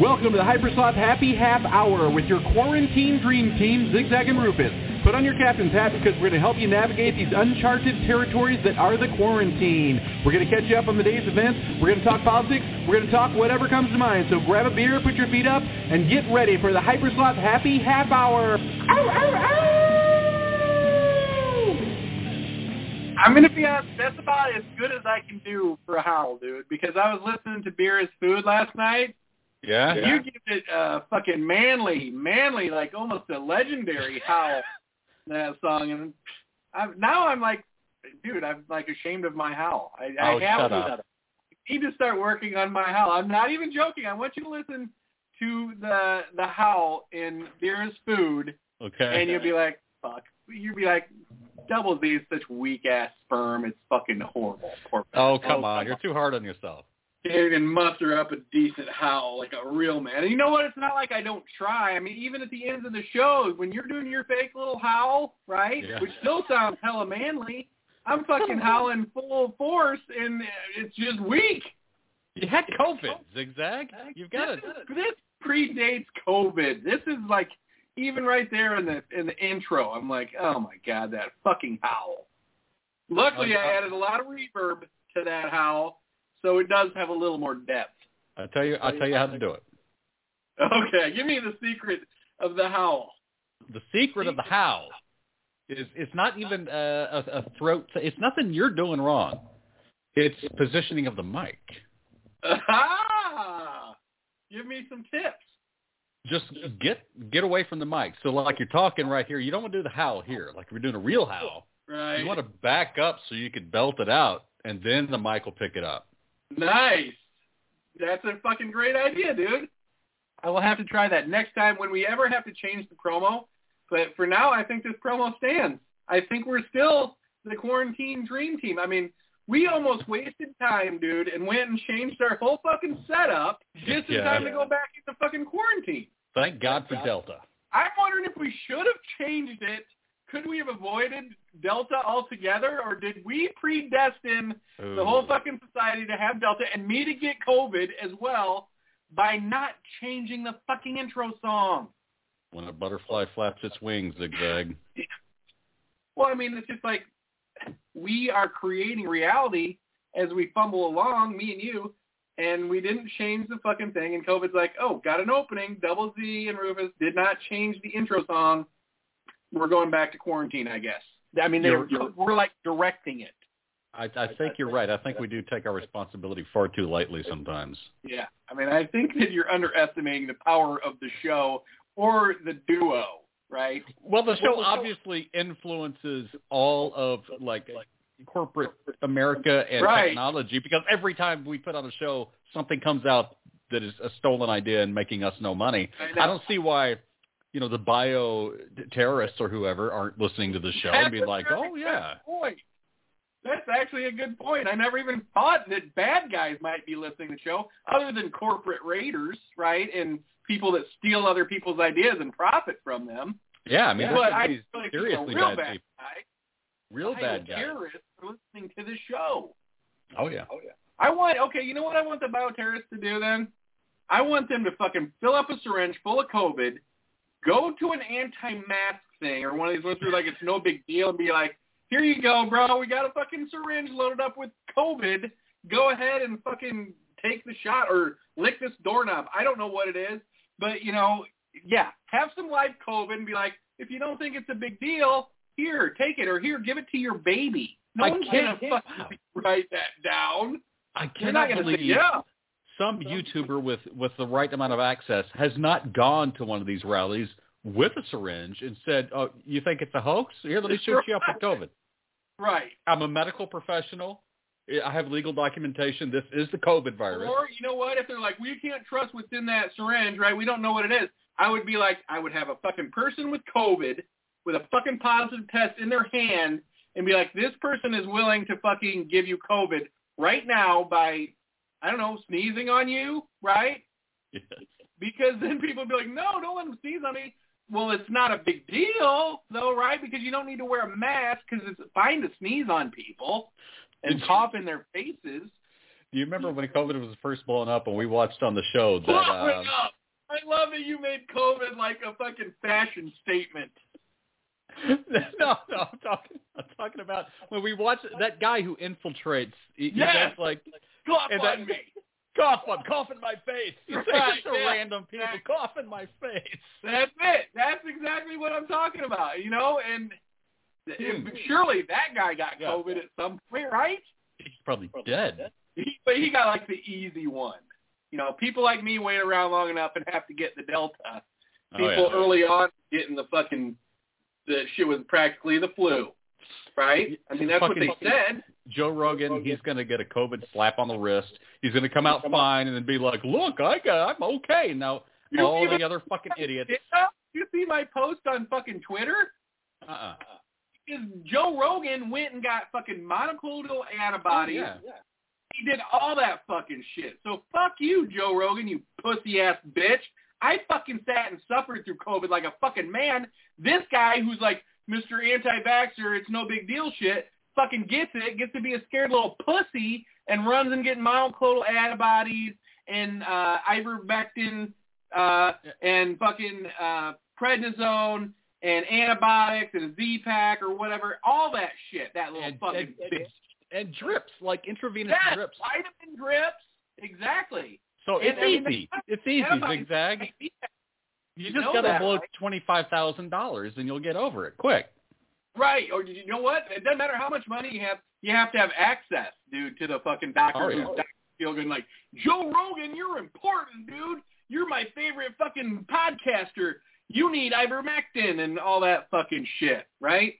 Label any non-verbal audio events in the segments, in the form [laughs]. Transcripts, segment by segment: Welcome to the Hypersoft Happy Hap Hour with your quarantine dream team, Zigzag and Rufus. Put on your captain's hat because we're going to help you navigate these uncharted territories that are the quarantine. We're going to catch you up on the day's events. We're going to talk politics. We're going to talk whatever comes to mind. So grab a beer, put your feet up, and get ready for the Hypersoft Happy Hap Hour. Ow, ow, ow! I'm gonna be honest. That's about as good as I can do for a howl, dude. Because I was listening to Beer is Food last night. Yeah. You give it uh, fucking manly, manly, like almost a [laughs] legendary howl in that song, and I'm, now I'm like, dude, I'm like ashamed of my howl. I, Oh, I have shut to up. I need to start working on my howl. I'm not even joking. I want you to listen to the the howl in Beer is Food Okay. and you'll be like, fuck. You'll be like, Double Z is such weak ass sperm. It's fucking horrible. Poor oh Oh, come come on, you're on. too hard on yourself. can't even muster up a decent howl like a real man. And you know what? It's not like I don't try. I mean, even at the ends of the shows, when you're doing your fake little howl, right, Yeah. which still sounds hella manly, I'm fucking howling full force, and it's just weak. You had COVID, zigzag. You've got this, it. is- This predates COVID. This is like even right there in the in the intro. I'm like, oh my god, that fucking howl. Luckily, I added a lot of reverb to that howl, so it does have a little more depth. [laughs] I'll tell you. I'll tell you how to do it. Okay, give me the secret of the howl. [laughs] The secret of the how is it's not even a, a, a throat. It's nothing you're doing wrong. It's positioning of the mic. Ah, give me some tips. Just get get away from the mic. So like you're talking right here, you don't want to do the howl here. Like we're doing a real howl. Right. You want to back up so you can belt it out, and then the mic will pick it up. Nice. That's a fucking great idea, dude. I will have to try that next time when we ever have to change the promo. But for now, I think this promo stands. I think we're still the quarantine dream team. I mean, we almost wasted time, dude, and went and changed our whole fucking setup just in Yeah. time to go back into fucking quarantine. Thank God for Delta. I'm wondering if we should have changed it. Could we have avoided Delta altogether, or did we predestine the whole fucking society to have Delta and me to get COVID as well by not changing the fucking intro song. When a butterfly flaps its wings, zigzag. Well, I mean, it's just like we are creating reality as we fumble along, me and you, and we didn't change the fucking thing. And COVID's like, oh, got an opening. Double Z and Rufus did not change the intro song. We're going back to quarantine, I guess. I mean, they You're- were, you're- we're like directing it. I, I think you're right. I think we do take our responsibility far too lightly sometimes. Yeah, I mean, I think that you're underestimating the power of the show or the duo, right? Well, the Well, the show show- obviously influences all of like corporate America and Right. technology because every time we put on a show, something comes out that is a stolen idea and making us no money. I know. I don't see why, you know, the bio terrorists or whoever aren't listening to the show and be That's a like, very "Oh yeah, good point. That's actually a good point. I never even thought that bad guys might be listening to the show, other than corporate raiders, right? And people that steal other people's ideas and profit from them. yeah." I mean, but there's I these feel like people, seriously real bad people, guys, real bad guys. terrorists are listening to the show. Oh yeah. I want okay, you know what I want the bioterrorists to do then? I want them to fucking fill up a syringe full of COVID, go to an anti-mask thing or one of these ones where like it's no big deal and be like, here you go, bro, we got a fucking syringe loaded up with COVID. Go ahead and fucking take the shot or lick this doorknob. I don't know what it is, but you know, yeah, have some live COVID and be like, if you don't think it's a big deal, here, take it or here, give it to your baby. No I one's can't- gonna [laughs] fucking write that down. I You're not cannot going to believe say, yeah. some YouTuber with with the right amount of access has not gone to one of these rallies with a syringe and said, "Oh, you think it's a hoax? Here, let me shoot you up with COVID." Right. I'm a medical professional. I have legal documentation. This is the COVID virus. Or, you know what, if they're like, we can't trust what's in that syringe, right? We don't know what it is. I would be like, I would have a fucking person with COVID with a fucking positive test in their hand and be like, this person is willing to fucking give you COVID right now by, I don't know, sneezing on you, right? Because then people would be like, no, don't let them sneeze on me. Well, it's not a big deal, though, right? Because you don't need to wear a mask because it's fine to sneeze on people and cough in their faces. Do [laughs] you remember when COVID was first blowing up and we watched on the show that? Blowing um, [laughs] up. I love that you made COVID like a fucking fashion statement. no, no, I'm talking. I'm talking about when we watch that guy who infiltrates. He, he Yes. does, like Cough And on that- me. cough, I'm coughing my face. [laughs] You say Right, it to yeah, random people, exactly. cough in my face. That's it. That's exactly what I'm talking about. You know, and Hmm. surely that guy got Yeah. COVID at some point, right? He's probably dead. He, but he got like the easy one. You know, people like me wait around long enough and have to get the Delta. Oh, People yeah. early on getting the fucking the shit was practically the flu, right? I mean, that's what they Fucking- said. Joe Rogan, he's going to get a COVID slap on the wrist. He's going to come out Come on. fine and then be like, "Look, I got, I'm okay." Now You don't all even- the other fucking idiots. Yeah, You see my post on fucking Twitter? Uh-uh. Because Joe Rogan went and got fucking monoclonal antibodies. Yeah. He did all that fucking shit. So fuck you, Joe Rogan, you pussy ass bitch. I fucking sat and suffered through COVID like a fucking man. This guy who's like Mr. Anti-Vaxxer, it's no big deal shit, fucking gets it, gets to be a scared little pussy and runs and getting monoclonal antibodies and uh, ivermectin uh, and fucking uh, prednisone and antibiotics and a Z-Pack or whatever, all that shit, that little And- fucking and- bitch. And drips, like intravenous Yes, drips. vitamin drips. Exactly. So And- it's and- easy. It's easy, Antibodies- zigzag. You just know got to that, blow right? twenty-five thousand dollars, and you'll get over it quick. Right. Or you know what? It doesn't matter how much money you have. You have to have access, dude, to the fucking doctor Oh, yeah. who's Dr. Feelgood. Like Joe Rogan, you're important, dude. You're my favorite fucking podcaster. You need ivermectin and all that fucking shit, right?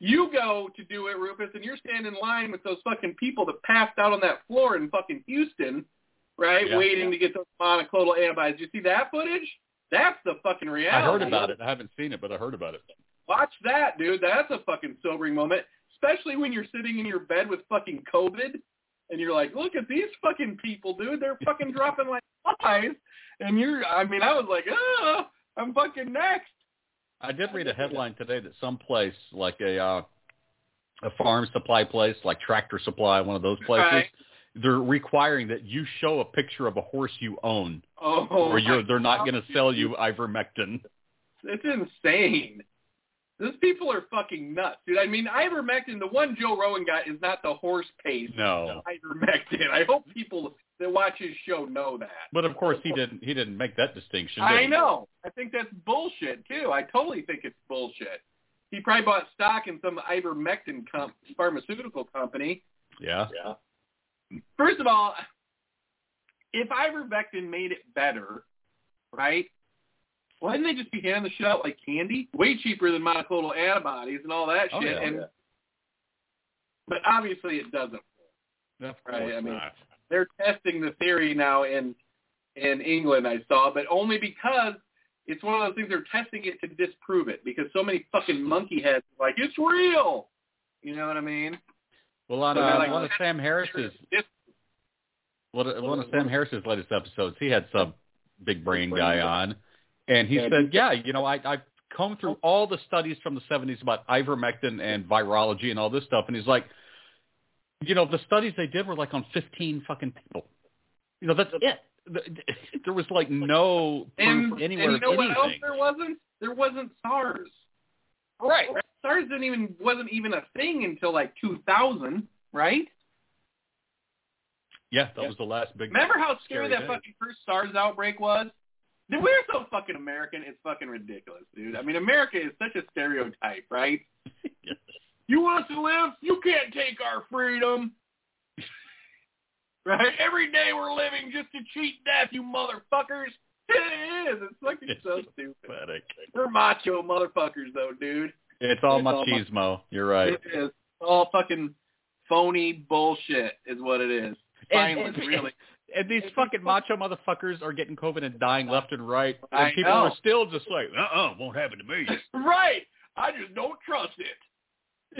You go to do it, Rufus, and you're standing in line with those fucking people that passed out on that floor in fucking Houston, right? Yeah. Waiting to get those monoclonal antibodies. You see that footage? That's the fucking I reality. heard about it. I haven't seen it, but I heard about it. Watch that, dude. That's a fucking sobering moment, especially when you're sitting in your bed with fucking COVID and you're like, look at these fucking people, dude. They're [laughs] fucking dropping like flies. And you're, I mean, I was like, oh, I'm fucking next. I did read a headline today that some place like a uh, a farm supply place, like Tractor Supply, one of those places, Right. they're requiring that you show a picture of a horse you own, Oh, or you're my they're not God. going to sell you ivermectin. It's insane. These people are fucking nuts, dude. I mean, ivermectin, the one Joe Rowan got is not the horse paste No, ivermectin. I hope people that watch his show know that. but of course he didn't. He didn't make that distinction. did I he? know. I think that's bullshit too. I totally think it's bullshit. He probably bought stock in some ivermectin com- pharmaceutical company. Yeah. Yeah. First of all, if ivermectin made it better, right? Why didn't they just be handing the shit out like candy? Way cheaper than monoclonal antibodies and all that Oh, shit. yeah. and but obviously it doesn't. Of course Right, I mean- not. They're testing the theory now in in England. I saw, but only because it's one of those things they're testing it to disprove it because so many fucking monkey heads are like it's real. You know what I mean? Well, on So uh, they're like- one of Sam Harris's It's one of, one of Sam Harris's latest episodes, he had some big brain guy on, and he Yeah. Oh. said, "Yeah, you know, I I've combed through all the studies from the '70s about ivermectin and virology and all this stuff," and he's like, "You know, the studies they did were like on 15 fucking people. You know, that's it. The- [laughs] There was like no proof and, anywhere and you know of what else anything. there wasn't? There wasn't SARS. Right? SARS didn't even wasn't even a thing until like 2000, right? Yeah, that was the last big. Remember how scary Scary that day. fucking first SARS outbreak was? Dude, we're so fucking American. It's fucking ridiculous, dude. I mean, America is such a stereotype, [laughs] right? Yes. You want us to live? You can't take our freedom. [laughs] right? Every day we're living just to cheat death, you motherfuckers. It is. It's fucking so stupid. Pathetic. We're macho motherfuckers, though, dude. It's all It's all my- machismo. You're right. It is all fucking phony bullshit, is what it is. Finally, really. And these fucking macho motherfuckers are getting COVID and dying left and right. And I people know. are still just like, uh-uh, won't happen to [laughs] me. right. I just don't trust it.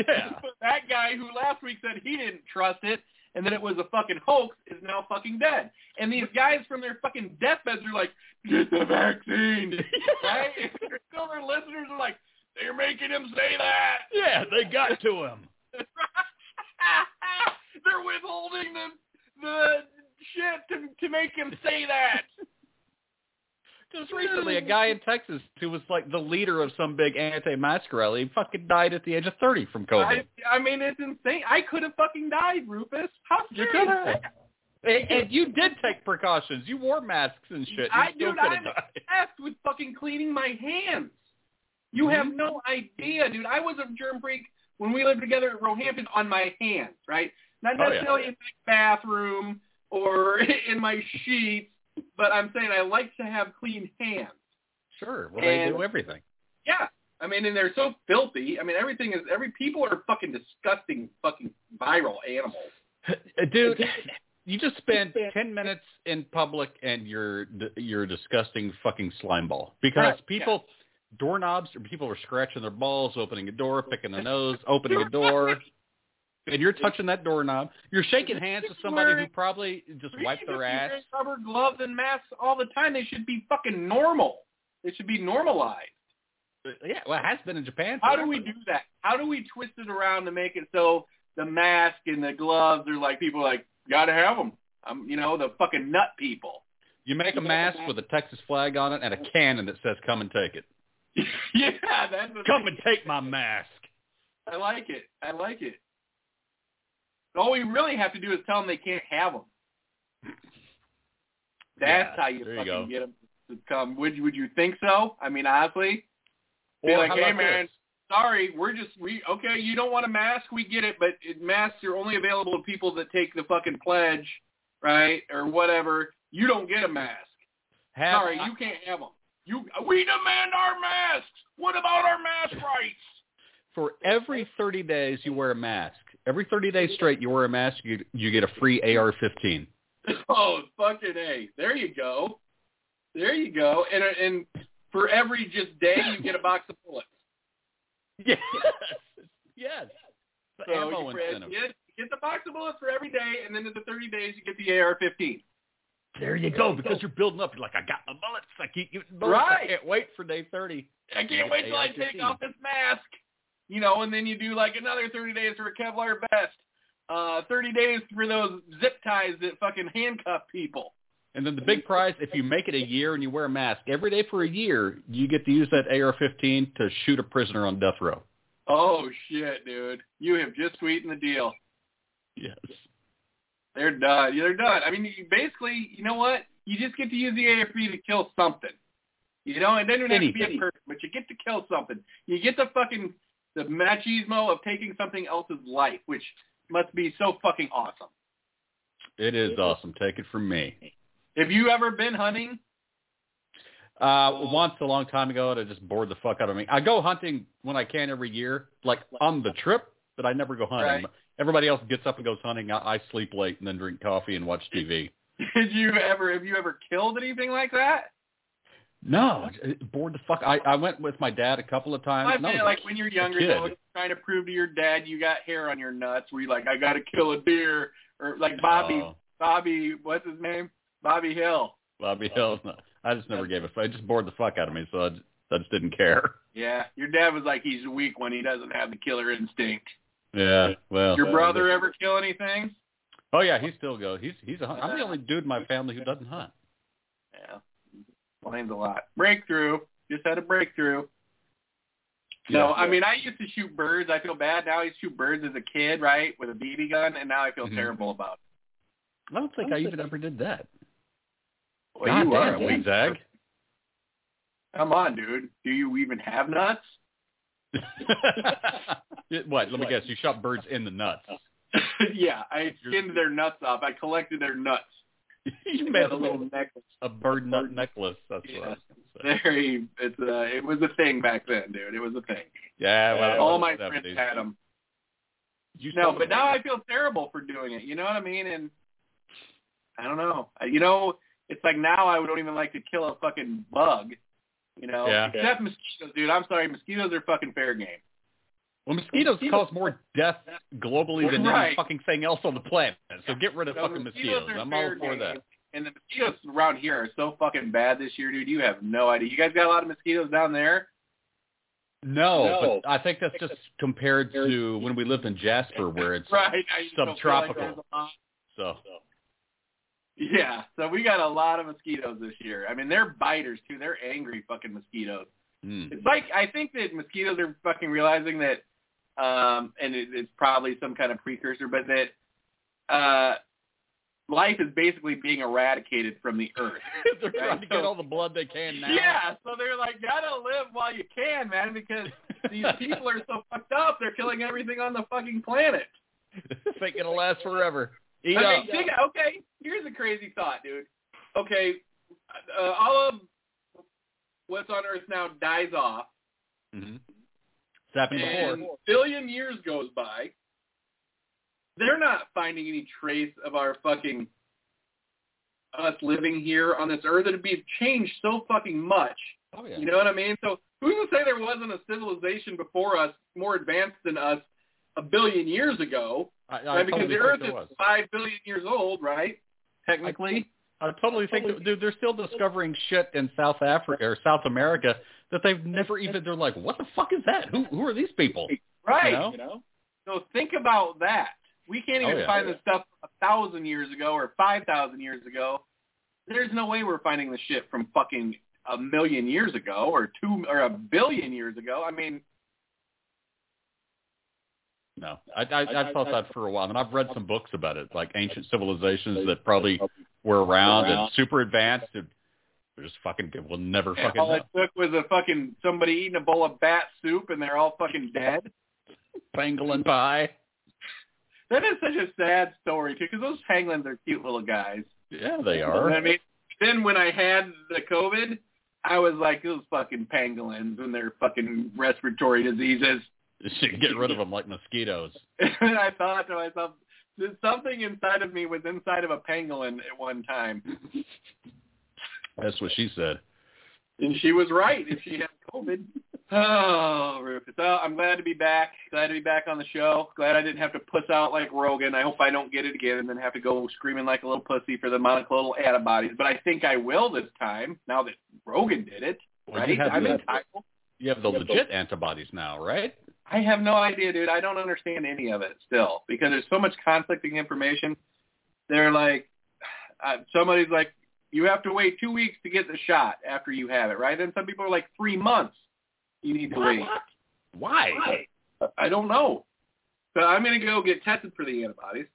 [laughs] yeah. [laughs] But that guy who last week said he didn't trust it and that it was a fucking hoax is now fucking dead. And these guys from their fucking deathbeds are like, get the vaccine. [laughs] right? Still their listeners are like, they're making him say that. [laughs] Yeah, they got to him. they're withholding the, the shit to to make him say that. Just recently, a guy in Texas who was like the leader of some big anti-mask rally he fucking died at the age of 30 from I, COVID. I mean, it's insane. I could have fucking died, Rufus. How you serious? could have. And, and you did take precautions. You wore masks and shit. You I still dude, could I'm have died. [laughs] obsessed with fucking cleaning my hands. You Mm-hmm. have no idea, dude. I was a germ freak when we lived together at Roehampton on my hands, right? Not Oh, yeah. necessarily in my bathroom or [laughs] in my sheets, but I'm saying I like to have clean hands. Sure. Well, they And- do everything. Yeah. I mean, and they're so filthy. I mean, everything is every people are fucking disgusting, fucking viral animals. Uh, Dude, you just spend 10 minutes in public and you're you're a disgusting fucking slime ball because Right, people doorknobs or people are scratching their balls, opening a door, picking [laughs] a nose, opening a door. And you're touching that doorknob. You're shaking hands with somebody who probably just wiped their Reason ass. if you wear Rubber gloves and masks all the time. They should be fucking normal. They should be normalized. Uh, Yeah, well, it has been in Japan. How do we forever. do that? How do we twist it around to make it so the mask and the gloves are like people are like gotta have them? Um, you know the fucking nut people. [laughs] You make a mask with a Texas flag on it and a cannon that says, come and take it. yeah, that's the Come thing. and take my mask. I like it. I like it. All we really have to do is tell them they can't have them. That's Yeah, how you there you fucking go. get them to come. Would you, would you think so? I mean, honestly, be Or like, how hey about man, this? sorry, we're just we okay. You don't want a mask, we get it, but it, masks are only available to people that take the fucking pledge, right, or whatever. You don't get a mask. Have- Sorry, you can't have them. You we demand our masks. What about our mask rights? [laughs] for every 30 days you wear a mask. Every 30 days straight you wear a mask, you you get a free AR-15. Oh, fucking A. There you go. There you go. And and for every just day, you get a box of [laughs] bullets. Yes. yes. The So ammo you get, incentive. get, get the box of bullets for every day, and then in the 30 days, you get the AR-15. There you go because you're building up. You're like, I got my bullets. I keep getting bullets. I Right. can't wait for day 30. I can't You get wait till I AR-15. take off this mask. You know, and then you do like another 30 days for a Kevlar vest. Uh, 30 days for those zip ties that fucking handcuff people. And then the big prize, if you make it a year and you wear a mask every day for a year, you get to use that AR-15 to shoot a prisoner on death row. Oh, shit, dude. You have just sweetened the deal. Yes. They're done. Yeah, They're done. I mean, you basically, you know what? You just get to use the AFP to kill something. You know, it doesn't even have to be Anything. a person, but you get to kill something. You get the fucking the machismo of taking something else's life, which must be so fucking awesome. It is awesome. Take it from me. Have you ever been hunting? Uh, once a long time ago, it just bored the fuck out of me. I go hunting when I can every year, like on the trip, but I never go hunting. Right. Everybody else gets up and goes hunting. I, I sleep late and then drink coffee and watch TV. [laughs] Did you ever have you ever killed anything like that? No, it bored the fuck. I, I went with my dad a couple of times. I and I mean, was like when you're younger, kid. though, trying to prove to your dad you got hair on your nuts. Were you like, I got to kill a deer, or like Bobby, Oh, Bobby, what's his name? Bobby Hill. Bobby [laughs] Hill. No, I just never gave a fuck. It just bored the fuck out of me, so I just, I just [laughs] didn't care. Yeah, your dad was like he's weak when he doesn't have the killer instinct. Yeah, well. Your brother ever kill anything? Oh yeah, he still goes. He's he's a. hun- I'm the only dude in my family who doesn't hunt. Yeah, explains a lot. Breakthrough, just had a breakthrough. No, Yeah. I mean I used to shoot birds. I feel bad now. I used to shoot birds as a kid, right, with a BB gun, and now I feel Mhm. terrible about. I don't think I even ever did that. it. God you damn, are. we zag. Come on, dude. Do you even have nuts? [laughs] [laughs] Yeah, what? Let me guess. You shot birds in the nuts. Oh. yeah, I skinned their nuts off. I collected their nuts. [laughs] you Got a little [laughs] necklace. a bird nut necklace. That's what I was gonna say. Very, it's uh, it was a thing back then, dude. It was a thing. Yeah, well, All it was my the friends 70s. had them. You No, sold but it. now I feel terrible for doing it. You know what I mean? And I don't know. I- You know, it's like now I don't even like to kill a fucking bug. You know, Yeah. except mosquitoes, dude. I'm sorry, mosquitoes are fucking fair game. well, mosquitoes cause more death globally than any Right. fucking thing else on the planet. So get rid of So fucking mosquitoes. are I'm all fair for game. that. And the mosquitoes around here are so fucking bad this year, dude. You have no idea. You guys got a lot of mosquitoes down [laughs] there. No, No. but I think that's just compared to when we lived in Jasper, where it's Right. I just don't feel like Subtropical. there's a lot. so. Yeah, so we got a lot of mosquitoes this year. I mean, they're biters too. They're angry fucking mosquitoes. Mm. It's like I think that mosquitoes are fucking realizing that, um, and it, it's probably some kind of precursor, but that uh, life is basically being eradicated from the earth. [laughs] They're trying to get all the blood they can now. [laughs] Yeah, so they're like, gotta live while you can, man, because these people are so fucked up. They're killing everything on the fucking planet. thinking it'll last forever. Eat I up. mean, think, okay, here's a crazy thought, dude. Okay, uh, all of what's on Earth now dies off, Mm-hmm. It's happened before. and billion years goes by. They're not finding any trace of our fucking us living here on this Earth. It'd be changed so fucking much. Oh yeah. You know what I mean? So who's to say there wasn't a civilization before us more advanced than us a billion years ago? I, I right? totally Because the think Earth there is was. five billion years old, right? Technically. I totally think, dude, they're still discovering shit in South Africa or South America that they've never even. They're like, what the fuck is that? Who who are these people? Right. You know? So think about that. We can't Oh, even yeah. find this stuff a thousand years ago or five thousand years ago. There's no way we're finding this shit from fucking a million years ago or two or a billion years ago. I mean, No, I, I, I thought that for a while, and I've read some books about it, like ancient civilizations that probably were around and super advanced. And they're just fucking. We'll never fucking. all Know. it took was a fucking somebody eating a bowl of bat soup and they're all fucking dead. Pangolin pie. That is such a sad story too, because those pangolins are cute little guys. Yeah, they You know what I are. mean, then when I had the COVID, I was like, those fucking pangolins and their fucking respiratory diseases. [laughs] Should [laughs] get rid of them like mosquitoes. and I thought to myself, there's something inside of me was inside of a pangolin at one time. That's what she said. And she was right if she had COVID. [laughs] Oh, Rufus. Oh, I'm glad to be back. Glad to be back on the show. Glad I didn't have to puss out like Rogan. I hope I don't get it again and then have to go screaming like a little pussy for the monoclonal antibodies. But I think I will this time now that Rogan did it. Well, right? you have I'm the- entitled. You have the legit antibodies now, right? I have no idea, dude. I don't understand any of it still because there's so much conflicting information. They're like, [sighs] uh, somebody's like, you have to wait two weeks to get the shot after you have it, right? Then some people are like, three months you need to wait. Why? I don't know. So I'm going to go get tested for the antibodies.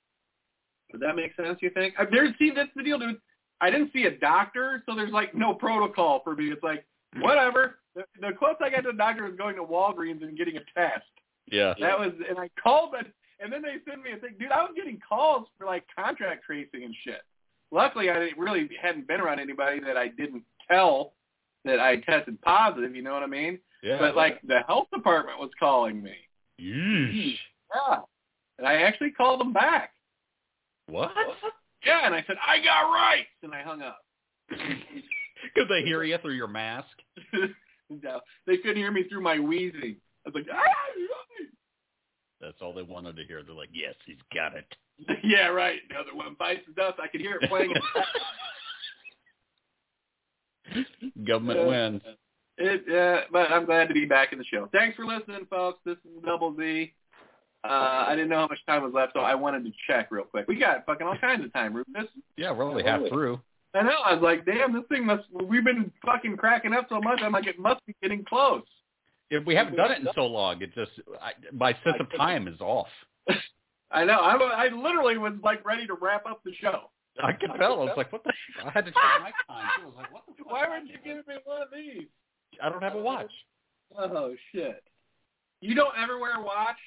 Would that make sense, you think? I, there's, see, that's the deal, dude. I didn't see a doctor, so there's like no protocol for me. It's like, whatever. The, the closest I got to a doctor was going to Walgreens and getting a test. Yeah. That was, and I called them, and then they sent me a thing. Dude, I was getting calls for like contract tracing and shit. Luckily, I didn't, really hadn't been around anybody that I didn't tell that I tested positive. You know what I mean? Yeah. but like the health department was calling me. Yeesh. Yeah, and I actually called them back. What? [laughs] Yeah, and I said I got rights, and I hung up. [laughs] Could they hear you through your mask? no, they couldn't hear me through my wheezing. I was like, ah, you're right." That's all they wanted to hear. They're like, yes, he's got it. [laughs] yeah, right. The other one bites the dust. I could hear it [laughs] playing. Government Yeah. wins. It, uh, but I'm glad to be back in the show. Thanks for listening, folks. This is Double Z. Uh, I didn't know how much time was left, so I wanted to check real quick. We got fucking all kinds of time, Rufus. Yeah, we're only half through. I know. I was like, damn, this thing must. We've been fucking cracking up so much. I'm like, it must be getting close. If we haven't done it in so long, it just I, my sense of time is off. I know. I'm, I literally was like ready to wrap up the show. I could tell. I was like, what the? I had to check my time. too. I was like, what the? [laughs] Fuck? Why weren't you giving me one of these? I don't have a watch. Oh shit! You don't ever wear a watch?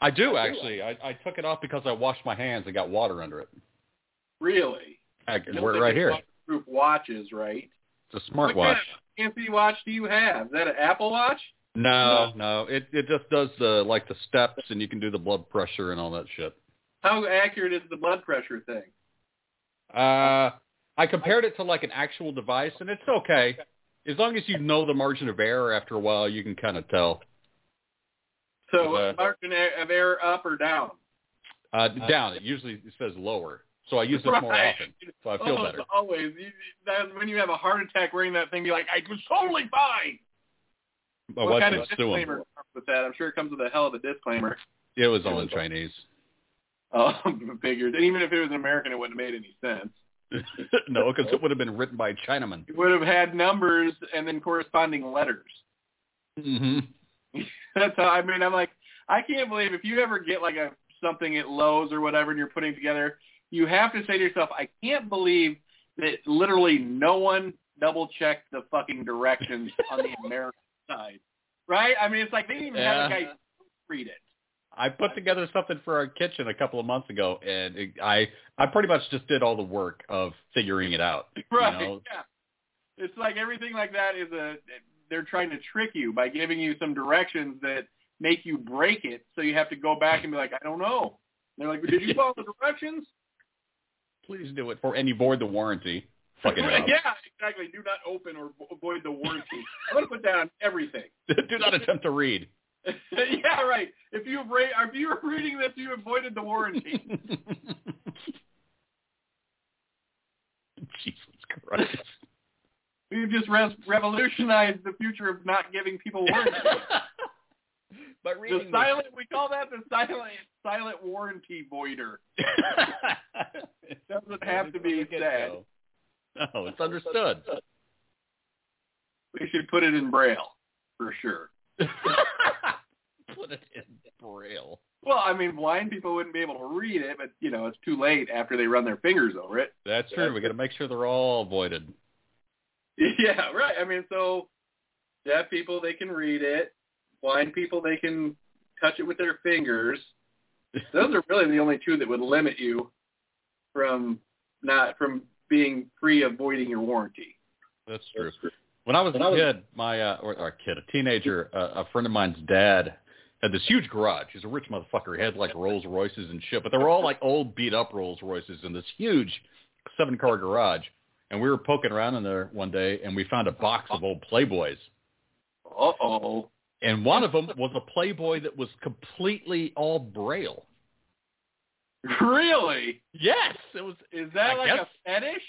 I do actually. I, I took it off because I washed my hands and got water under it. Really? I You can don't wear it think right it's here. Group watches, right? It's a What kind smartwatch. of fancy watch do you have? Is that an Apple Watch? No, no. It it just does the like the steps, and you can do the blood pressure and all that shit. How accurate is the blood pressure thing? Uh, I compared it to like an actual device, and it's okay as long as you know the margin of error. After a while, you can kind of tell. So Uh, margin of error up or down? Uh, down. It usually says lower, so I use it more Right. Oh, often, so I feel Almost better. Always. You, that's when you have a heart attack wearing that thing. You're like, I was totally fine. My what wife kind was of suing. disclaimer comes with that? I'm sure it comes with a hell of a disclaimer. It was all in Chinese. [laughs] [laughs] Um, figures. And even if it was an American, it wouldn't have made any sense. no, because it would have been written by a Chinaman. It would have had numbers and then corresponding letters. Mm-hmm. [laughs] That's how I mean. I'm like, I can't believe if you ever get like a something at Lowe's or whatever, and you're putting together, you have to say to yourself, I can't believe that literally no one double checked the fucking directions on the American side, right? I mean, it's like they didn't even have a Yeah. guy read it. I put together something for our kitchen a couple of months ago, and it, I I pretty much just did all the work of figuring it out. you Right. know? Yeah. It's like everything like that is a they're trying to trick you by giving you some directions that make you break it so you have to go back and be like, I don't know. And they're like, Did you follow the directions? Please do it for and you void the warranty. [laughs] Fucking hell. yeah, exactly. Do not open or vo- avoid the warranty. I'm gonna put that on everything. [laughs] [laughs] do not attempt to read. [laughs] yeah, right. If you ra- if you were reading this, you avoided the warranty. [laughs] Jesus [laughs] Christ. We've just res- revolutionized the future of not giving people warranties. [laughs] By The reading this- silent, we call that the silent silent warranty voider. [laughs] [laughs] it doesn't have to be sad. No, it's understood. We should put it in braille for [laughs] sure. Put it in braille. Well, I mean, blind people wouldn't be able to read it, but you know, it's too late after they run their fingers over it. That's true. We got to make sure they're all voided. [laughs] Yeah, right. I mean, so deaf people they can read it, blind people they can touch it with their fingers. Those are really the only two that would limit you from not from being free of voiding your warranty. That's true. When I was a kid, my uh, or, or a kid, a teenager, uh, a friend of mine's dad had this huge garage. He's a rich motherfucker. He had like Rolls Royces and shit, but they were all like old beat up Rolls Royces in this huge seven car garage. And we were poking around in there one day, and we found a box of old Playboys. Uh oh. And one of them was a Playboy that was completely all Braille. Really? Yes, it was. Is that I like guess. a fetish?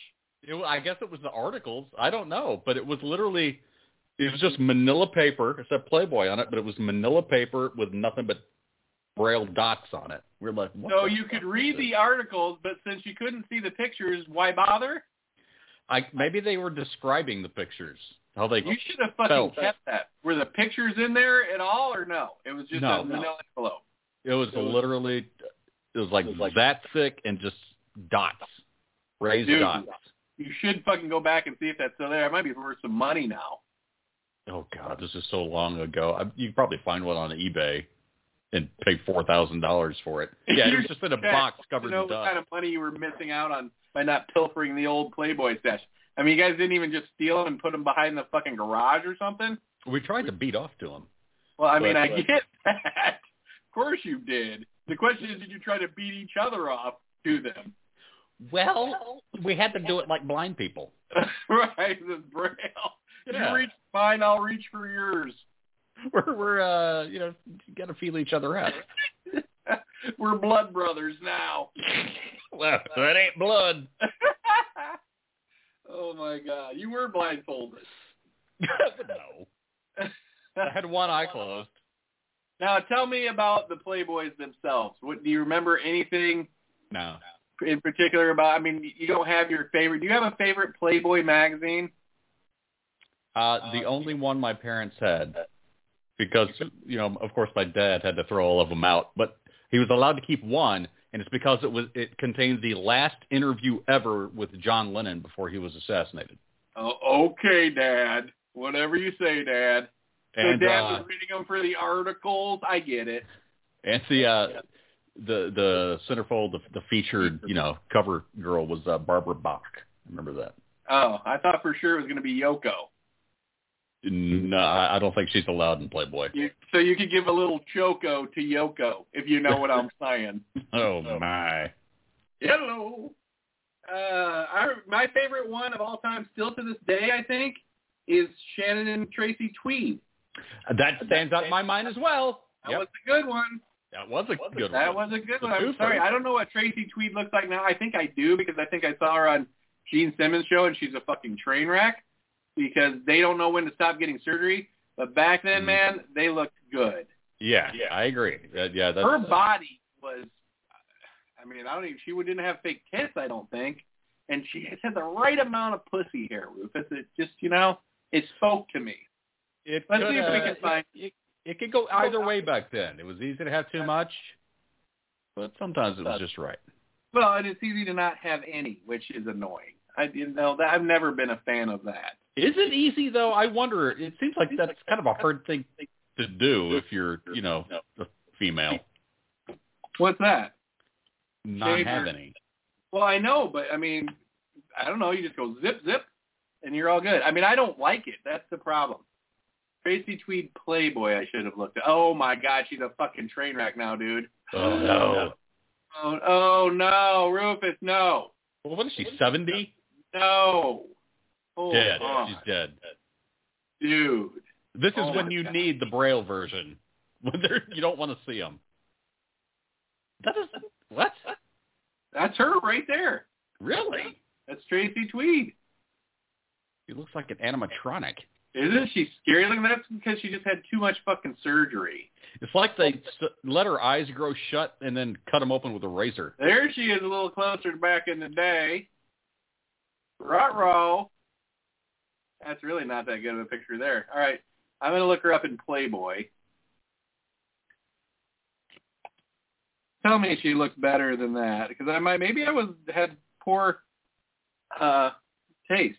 It, wa- I guess it was the articles. I don't know, but it was literally it was just Manila paper. It said Playboy on it, but it was Manila paper with nothing but braille dots on it. We were like, what So the you fuck could is read this? the articles, but since you couldn't see the pictures, why bother? I, maybe they were describing the pictures. How they You should have fucking Felt. kept that. Were the pictures in there at all, or no? It was just No. a vanilla envelope. it was literally it was like, that thick and just dots, raised Dude. dots. You should fucking go back and see if that's still there. It might be worth some money now. Oh god, this is so long ago. I, you could probably find one on eBay and pay four thousand dollars for it. Yeah, it was just in a Yeah, box You covered know in what dust. kind of money you were missing out on by not pilfering the old Playboy stash. I mean, you guys didn't even just steal them and put them behind the fucking garage or something. We [laughs] tried to beat off to him. Well, I mean, But- I but- get [laughs] that. Of course you did. The question is, did you try to beat each other off to them? [laughs] Well, we had to do it like blind people. right, this braille. Yeah. You reach for mine, I'll reach for yours. We're we're uh you know got to feel each other [laughs] out. We're blood brothers now. well, that ain't blood. [laughs] oh my god, you were blindfolded. [laughs] no, I had one eye closed. now tell me about the Playboys themselves. What do you remember anything No, in particular about? I mean, you don't have your favorite. Do you have a favorite Playboy magazine? uh, Um, the only one my parents had uh, because you know of course my dad had to throw all of them out, but he was allowed to keep one, and it's because it was it contained the last interview ever with John Lennon before he was assassinated. Oh, okay, Dad. Whatever you say, Dad. And so Dad uh, was reading them for the articles. I get it. And the uh, the the centerfold, the, the featured you know cover girl was uh, Barbara Bach. Remember that? Oh, I thought for sure it was going to be Yoko. No, I I don't think she's allowed in Playboy. You, so you could give a little choco to Yoko if you know what [laughs] I'm saying. Oh my! Hello. Uh, I, my favorite one of all time, still to this day, I think, is Shannon and Tracy Tweed. That stands out in my mind as well. That Yep, was a good one. that was a good that one. was a good The one. I'm twofer. sorry, I don't know what Tracy Tweed looks like now. I think I do because I think I saw her on Gene Simmons' show, and she's a fucking train wreck because they don't know when to stop getting surgery. But back then, Mhm. man, they looked good. Yeah, I agree. That- yeah, that's, her body was I mean, I don't even she didn't have fake tits, I don't think. and she just had the right amount of pussy hair, Rufus. It just, you know, it spoke to me. It Let's could, see if we can uh, find- It, it could go either way back then. It was easy to have too much, but sometimes it was just right. Well, and it's easy to not have any, which is annoying. I you know that I've never been a fan of that. Is it easy though? I wonder. It seems like that's kind of a hard thing to do if you're, you know, a female. What's that? Not have any. Well, I know, but I mean, I don't know. You just go zip zip, and you're all good. I mean, I don't like it. That's the problem. Tracy Tweed Playboy. I should have looked. At. Oh my God, she's a fucking train wreck now, dude. Oh no. Oh, oh no, Rufus, no, Well, what is she? Seventy? no. Hold Dead. on, She's dead. dude. This is Oh, when my you God. need the braille version. [laughs] When they're, you don't want to see them. That is what? That's her right there. Really? That's Tracy Tweed. She looks like an animatronic. Isn't she scary? Look, that's because she just had too much fucking surgery. It's like they s- let her eyes grow shut and then cut them open with a razor. There she is, a little closer to back in the day. Ruh-roh. That's really not that good of a picture there. All right, I'm gonna look her up in Playboy. Tell me she looks better than that, because I might maybe I was had poor uh taste.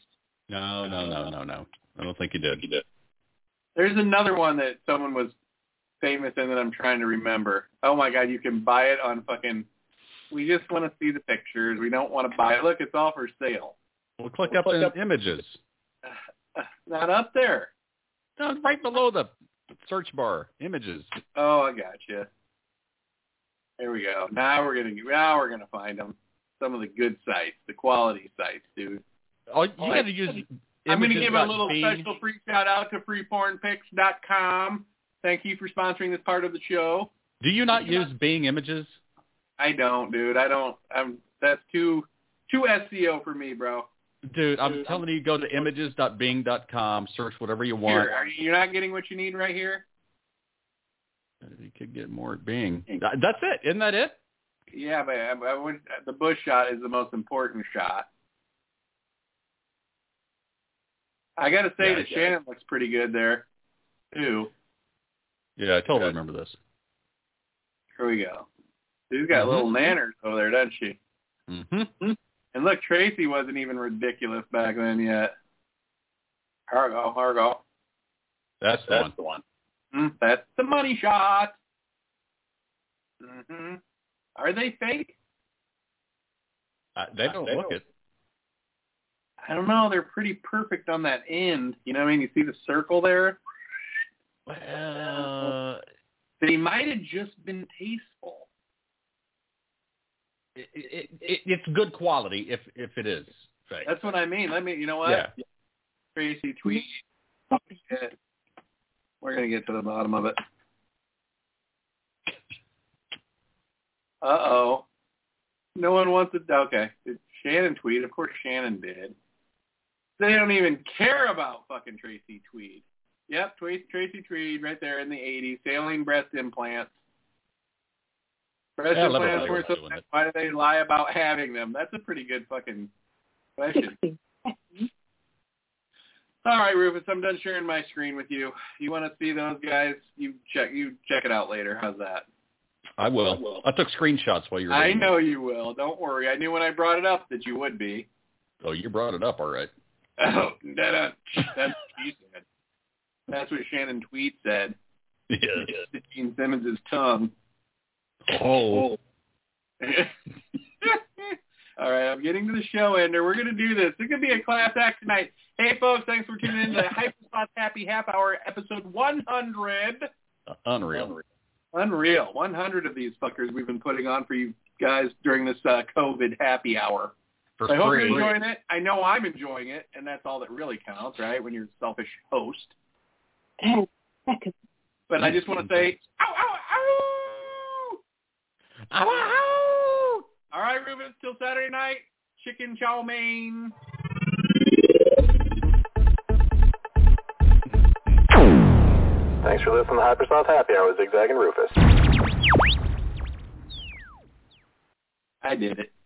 No, no, no, no, no. I don't think you did. You did. There's another one that someone was famous in that I'm trying to remember. Oh my god, you can buy it on fucking. We just want to see the pictures. We don't want to buy it. Look, it's all for sale. [laughs] Well, click up in images. Uh, Not up there. Down right below the search bar, images. Oh, I gotcha. There we go. Now we're gonna now we're gonna find them. Some of the good sites, the quality sites, dude. Oh, you Oh, got to use. I'm gonna images give a dot little Bing. special free shout out to freepornpics.com. Thank you for sponsoring this part of the show. Do you not Do you use Bing images? I don't, dude. I don't. I'm. That's too too SEO for me, bro. Dude, I'm Dude, telling you, go to images.bing.com, search whatever you want. Here, are you- you're not getting what you need right here. You could get more at Bing. That- That's it. Isn't that it? Yeah, but I, I would, the bush shot is the most important shot. I gotta say Yeah, that yeah. Shannon looks pretty good there, too. Yeah, I totally remember this. Here we go. She's got Mhm. little nanners over there, doesn't she? Mm-hmm. Hmm? And look, Tracy wasn't even ridiculous back then yet. Hargo, Hargo. That's the That's one. The one. Mm, that's the money shot. hmm Are they fake? Uh, they don't They look don't- it. I don't know. They're pretty perfect on that end. You know what I mean? You see the circle there? Uh, They might have just been tasteful. it, it, it, it's good quality if if it is fake. That's what I mean. Let me, you know what? yeah. Crazy tweet. Shit. We're going to get to the bottom of it. Uh-oh. No one wants it. Okay. Did Shannon tweet? Of course Shannon did. They don't even care about fucking Tracy Tweed. Yep, Tracy, Tracy Tweed right there in the 80s, saline breast implants. Breast Yeah, I love it when implants they were were so doing it. why do they lie about having them? That's a pretty good fucking question. All right, Rufus, I'm done sharing my screen with you. You want to see those guys? You check you check it out later. How's that? I will. I will. I took screenshots while you were. I reading it. know you will. Don't worry. I knew when I brought it up that you would be. [laughs] Oh, you brought it up, all right. [laughs] Oh, da-da. that's what she said. That's what Shannon Tweet said. Yes. Gene Simmons' tongue. [laughs] All Oh. right, I'm getting to the show, Ender. We're going to do this. It's going to be a class act tonight. Hey, folks, thanks for tuning in to Hyperspots Happy Half Hour, episode 100. Unreal. Unreal. 100 of these fuckers we've been putting on for you guys during this uh, COVID happy hour. For I hope you're free. enjoying it. I know I'm enjoying it, and that's all that really counts, right, when you're a selfish host. But I just want to say, ow, ow, ow! All right, Rubens, till Saturday night, chicken chow mein. Thanks for listening to Hypersloth Happy Hour with Zigzag and Rufus. I did it.